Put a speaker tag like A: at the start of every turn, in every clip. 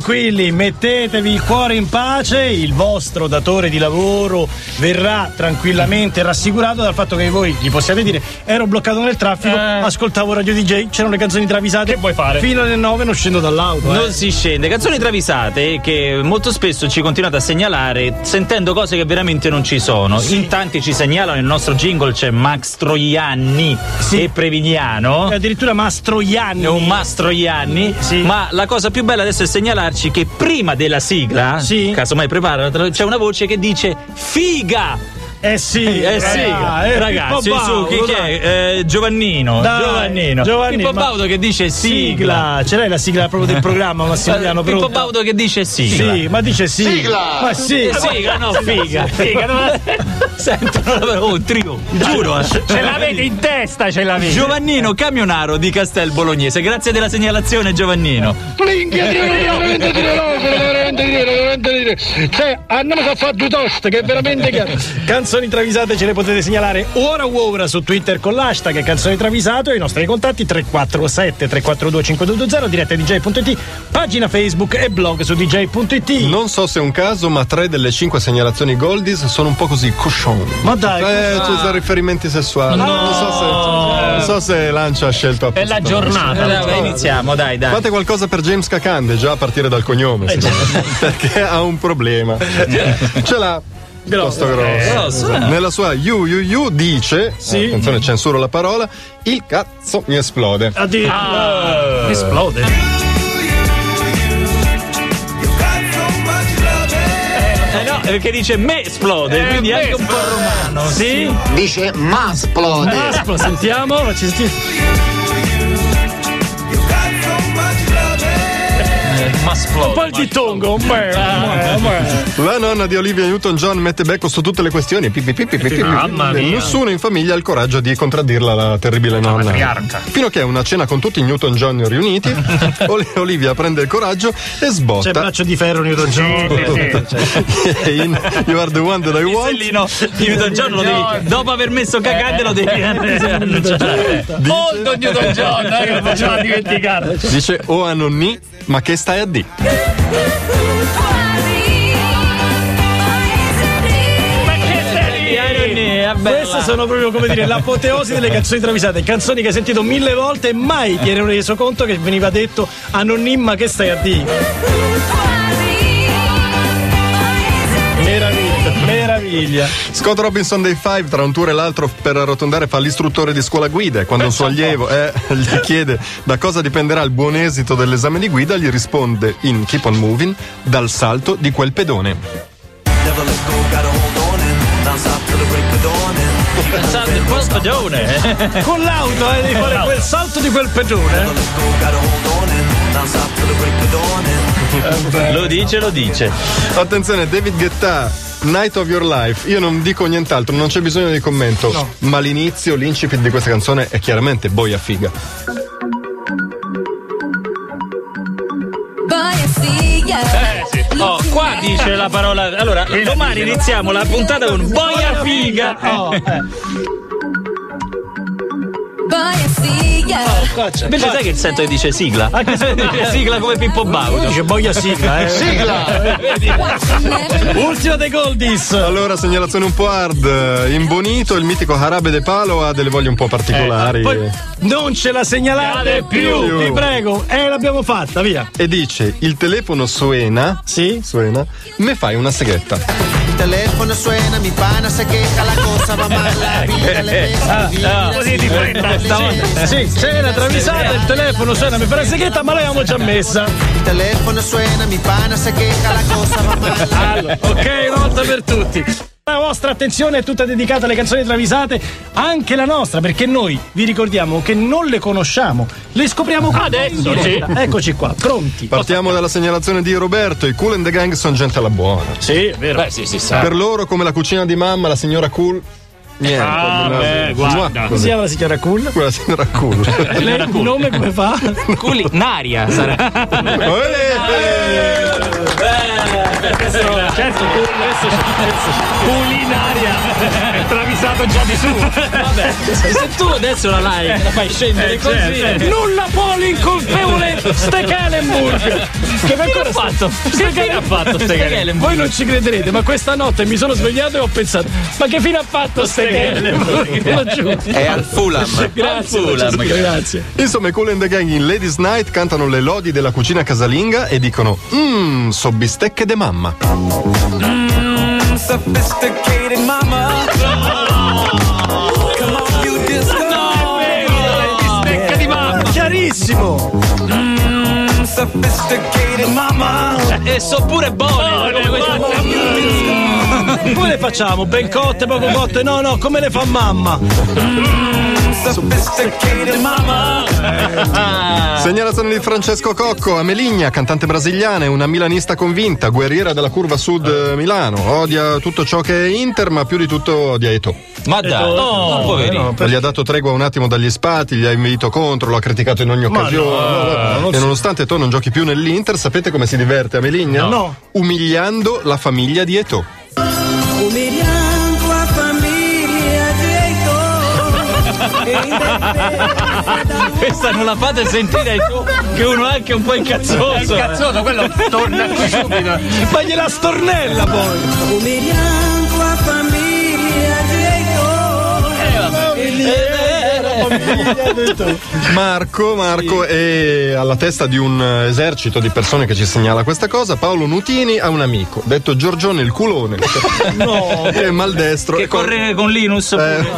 A: Tranquilli, mettetevi il cuore in pace, il vostro datore di lavoro verrà tranquillamente rassicurato dal fatto che voi gli possiate dire ero bloccato nel traffico,
B: Eh.
A: ascoltavo Radio DJ, c'erano le canzoni travisate,
B: Che vuoi fare?
A: Fino alle 9 non scendo dall'auto. eh.
B: Non si scende. Canzoni travisate che molto spesso ci continuate a segnalare sentendo cose che veramente non ci sono. In tanti ci segnalano nel nostro jingle c'è Max Troianni
A: Sì.
B: e Prevignano.
A: E Addirittura Mastroianni.
B: È un Mastroianni,
A: Sì.
B: ma la cosa più bella adesso è segnalarci che prima della sigla,
A: Sì.
B: casomai preparala, c'è una voce che dice figa!
A: Eh ah, sì,
B: Eh sì, ragazzi, su chi, chi è? Eh, Giovannino,
A: Dai,
B: Giovannino,
A: Giovannino,
B: Pippo
A: ma-
B: Baudo che dice sigla,
A: Sigla, ce l'hai la sigla proprio del programma Massimiliano?
B: Eh, Pippo
A: pronto?
B: Baudo che dice sigla.
A: Sì, ma dice sigla. Ma sì.
B: Eh, Figa, no, figa.
C: Figa, non-
B: Sento, oh, un trio, giuro. eh.
C: ce l'avete in testa, ce l'avete.
B: Giovannino Camionaro di Castel Bolognese, grazie della segnalazione Giovannino.
D: Minchia, dire, veramente dire, no, veramente dire, veramente dire. Cioè, andiamo a fare due toste, che è veramente chiaro.
A: Canzoni travisate ce le potete segnalare ora o ora su Twitter con l'hashtag canzoni travisato e i nostri contatti 347 342 5220 diretta dj.it pagina Facebook e blog su dj.it
E: Non so se è un caso, ma tre delle cinque segnalazioni Goldies sono un po' così cushion.
A: Ma dai,
E: Eh, c'è da riferimenti sessuali. Non, so se, non so se Lancia ha scelto a
C: È la
E: posto.
C: giornata.
B: Allora, vai, iniziamo, dai, dai.
E: Fate qualcosa per James Cacande, già a partire dal cognome, secondo me, perché ha un problema. Ce l'ha. Piuttosto grosso.
B: grosso, eh.
E: Nella sua You You You dice: Attenzione, censuro la parola. Il cazzo mi esplode.
A: Addio.
C: Esplode.
B: Eh no, perché dice Eh, me esplode, quindi è anche un po' romano.
C: Sì?
F: Dice ma esplode.
C: Aspro, sentiamo.
A: Ci senti-
B: Ma esplode.
A: Poi il dittongo. Beh, beh, beh.
E: La nonna di Olivia Newton-John mette becco su tutte le questioni. Pi, pi, pi, pi, pi, pi, pi.
C: Mamma mia.
E: Nessuno in famiglia ha il coraggio di contraddirla la terribile nonna.
C: matriarca.
E: Fino a che a una cena con tutti i Newton-John riuniti, Oli- Olivia prende il coraggio e
A: C'è
C: Cioè,
E: sbotta
A: braccio di ferro Newton John.
E: in You are the one that I want
B: Pisellino, Newton John lo devi. Dopo aver messo cagante lo devi annunciare.
C: Molto Newton John, eh, che lo faceva dimenticare.
E: dice oh a nonni, ma che stai a di?
C: Ma che stai lì?
B: Eh, vabbè,
A: Queste
B: là.
A: sono proprio come dire l'apoteosi delle canzoni travisate, canzoni che hai sentito mille volte e mai ti eri reso conto che veniva detto a nonnimma che stai a dire. Meraviglia, meraviglia.
E: Scott Robinson dei Five tra un tour e l'altro per arrotondare fa l'istruttore di scuola guida e quando un suo allievo eh, gli chiede da cosa dipenderà il buon esito dell'esame di guida gli risponde in Keep on Moving dal salto di quel pedone.
G: Never let go, gotta hold on and non stop till the break of dawn and
B: Pensate, il buon stagione.
A: Con l'auto eh, devi fare quel salto di quel pedone.
G: never let go, gotta hold on and non stop till the break of dawn and
B: Lo dice, lo dice.
E: Attenzione, David Guetta, Night of Your Life. Io non dico nient'altro, non c'è bisogno di commento, ma l'inizio, l'incipit di questa canzone è chiaramente boia figa.
B: Oh, qua dice la parola. Allora, domani iniziamo la puntata con boia figa.
A: Oh, eh.
B: Oh, Invece sai che sento che dice sigla?
A: Anche se
B: Dice sigla come Pippo Baudo.
A: dice boia sigla, eh. Ultima dei Goldis.
E: Allora, segnalazione un po' hard. In Bonito, il mitico Harabe de Palo ha delle voglie un po' particolari.
A: Poi non ce la segnalate più, vi prego. Eh, l'abbiamo fatta, via.
E: e dice il telefono suena
A: Sì?
E: suena me fai una seghetta
H: Il telefono suena, mi fa una secchetta, la cosa va male, la vita le pesa, vira,
C: Così di fretta.
H: gira,
A: Sì, c'era travisata, il telefono suona, mi fa la seghetta, ma l'avevamo già messa.
H: Il telefono suena, mi fa una secchetta, la cosa va male.
A: Ok, una volta per tutti. La vostra attenzione è tutta dedicata alle canzoni travisate, anche la nostra, perché noi vi ricordiamo che non le conosciamo, le scopriamo qua
C: Adesso,
A: in
C: sì.
A: diretta. Eccoci qua, pronti.
E: partiamo dalla segnalazione di Roberto i cool and the gang sono gente alla buona
A: Sì, è vero.
C: Beh, sì, si sa.
E: per loro come la cucina di mamma la signora cool niente
C: Ah,
E: no,
C: beh,
E: no,
C: guarda.
E: così.
A: Si chiama la signora Cool.
E: quella signora cool
A: Lei il nome come fa?
B: Culinaria sarà.
E: Eh,
B: Beh,
A: certo,
C: Culinaria. È travisato già di su.
I: Vabbè, se tu adesso la like la fai scendere
B: Eh,
I: così.
B: certo.
C: Nulla può l'incolpevole Stekelenburg.
I: Che fine ha fatto? Che fine ha fatto? Stegelenburg?
A: Voi non ci crederete, ma questa notte mi sono svegliato e ho pensato: ma che fine ha fatto Stegelenburg? Lo giuro.
J: È al Fulham.
A: Grazie,
I: Fulham,
A: Francesco,
I: grazie.
A: grazie.
E: Insomma, i Cool and the Gang in Ladies Night cantano le lodi della cucina casalinga e dicono Mmm, so bistecche de mamma.
G: Sophisticated mama. Come on, you disco.
C: Stecca di mamma.
A: Chiarissimo!
G: Sophisticated mama.
I: E Eh, so pure buone.
A: Come le facciamo? Ben cotte, poco cotte? No, no, come le fa mamma?
G: Sophisticated mama.
E: Segnalazione di Francesco Cocco, a Meligna, cantante brasiliana, è una milanista convinta, guerriera della curva sud eh, Milano. Odia tutto ciò che è Inter, ma più di tutto odia Eto.
I: Ma dai, no,
B: Eh,
I: poverino.
E: Gli ha dato tregua un attimo dagli spati, gli ha invito contro, lo ha criticato in ogni occasione. e nonostante Eto non giochi più nell'Inter, sapete come si diverte a Meligna?
A: No.
E: Umiliando la famiglia di Eto.
G: Umiliando a famiglia di
I: Questa non la fate sentire ai tu, che uno è anche un po' incazzoso.
C: Cazzoso, quello torna qui subito.
A: Ma gliela stornella poi!
G: Umiliando a famiglia di
E: Marco, Marco è alla testa di un esercito di persone che ci segnala questa cosa. Paolo Nutini ha un amico, detto Giorgione il culone. no. Che è maldestro.
B: Che
E: E con-
B: corre con Linus.
E: Eh,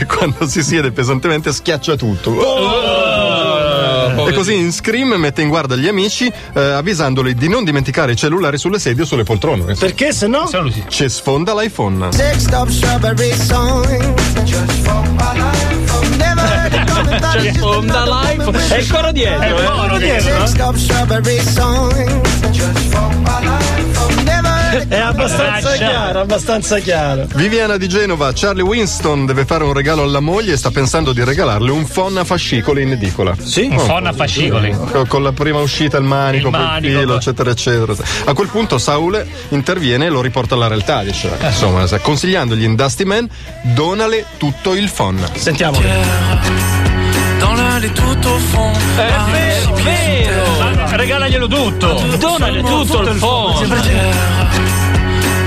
E: e quando si siede pesantemente schiaccia tutto. Oh. E così in scream mette in guardia gli amici eh, avvisandoli di non dimenticare i cellulari sulle sedie o sulle poltrone. Cioè,
A: Perché se no?
E: Ci sfonda l'iPhone.
H: Text up strawberry songs. Never heard it coming, thought it just
I: Onda
H: another woman
I: live.
H: with
I: E ancora dietro. eh.
H: Text up strawberry songs. Never heard it
A: È abbastanza chiaro, abbastanza chiaro.
E: Viviana di Genova, Charlie Winston deve fare un regalo alla moglie e sta pensando di regalarle un phon a fascicoli in edicola. Sì?
C: Fonna fascicoli.
E: Co- con la prima uscita il manico,
C: Il
E: poi
C: manico,
E: il filo,
C: poi-
E: eccetera, eccetera. A quel punto Saul interviene e lo riporta alla realtà, dice, insomma, sa- consigliandogli in Dusty Man, donale tutto il phon.
A: Sentiamo.
G: Dans l'allée tout au fond. Ah,
I: Vero, vero.
C: Regalaglielo tutto.
I: Donale tutto il fondo.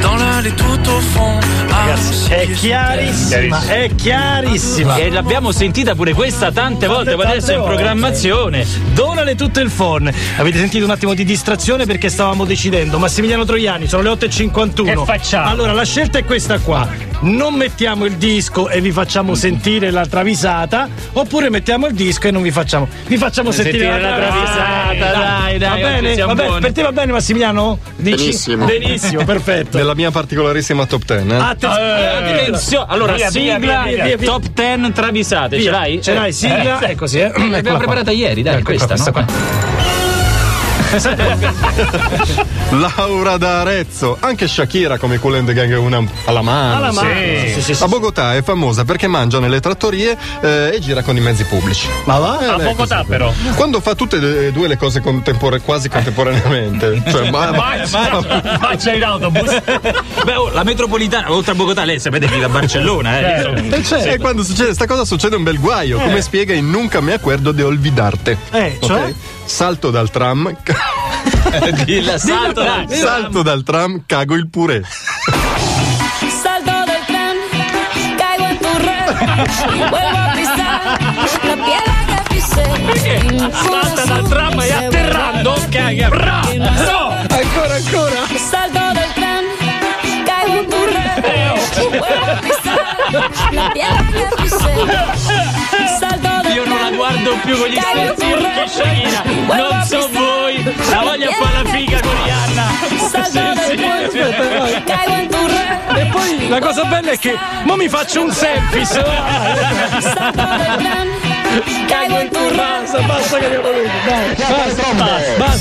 G: Dans l'allée tout au fond. Ah,
A: È chiarissima, è chiarissima.
I: E l'abbiamo sentita pure questa tante volte, ma
A: tante
I: adesso è in
A: volte.
I: programmazione.
A: Donale tutto il phone. Avete sentito un attimo di distrazione perché stavamo decidendo. Massimiliano Troiani, sono le 8.51.
C: Che facciamo?
A: Allora, la scelta è questa qua. Non mettiamo il disco e vi facciamo sentire la travisata, oppure mettiamo il disco e non vi facciamo. Vi facciamo sentire,
I: sentire la travisata, dai, dai,
A: va
I: oggi
A: bene?
I: siamo
A: Va bene?
I: buoni.
A: Per te va bene Massimiliano? Dici? Benissimo. Benissimo, perfetto.
E: Nella mia particolarissima top ten, eh.
A: Attenzione.
I: Attenzione, allora
C: Via, via,
I: sigla
A: via, via, via.
I: top 10 travisate, ce l'hai?
A: Ce l'hai, sigla? È così, eh. Ecco,
I: L'abbiamo preparata ieri, dai, questa, no?
E: Laura da Arezzo, anche Shakira come Cool and the Gang è una alla mano.
A: Alla mano. Sì, sì, sì, sì.
E: A Bogotà è famosa perché mangia nelle trattorie eh, e gira con i mezzi pubblici.
A: Ma va?
E: Eh,
C: A
E: lei è così.
C: Bogotà però.
E: Quando fa tutte e due le cose contempore- quasi contemporaneamente, cioè, ma,
A: Eh,
C: Faccia in autobus.
I: Beh, oh, la metropolitana, oltre a Bogotà, lei sapete che da Barcellona, eh.
A: Certo.
E: E cioè, e quando succede sta cosa succede un bel guaio, come spiega in Nunca mi accordo di olvidarte.
A: Eh,
E: Ok?
A: cioè?
E: Salto dal tram,
I: Il salto, dai.
E: salto dal tram, cago il purè.
K: Salto del tren, caigo en tu red, vuelvo a pisar la piedra que pisé.
C: Salta dal tram e atterrando. Bravo!
K: Salto del tren, caigo en tu red, vuelvo a pisar la piedra que pisé. Salto del
I: Io non la
K: tren,
I: guardo più con gli
K: caigo en
I: stessi
K: tu
I: occhi, Shakira.
K: red, vuelvo
I: Non
K: a
I: so
K: pisar
I: voi, la voglio fare la figa con Rihanna.
K: Salto del tren, caigo en tu red.
A: La cosa bella è che mo mi faccio un selfie.
K: Salto del tren, caigo en tu red.
A: Basta, basta che abbiamo voluto. Dai, basta, basta.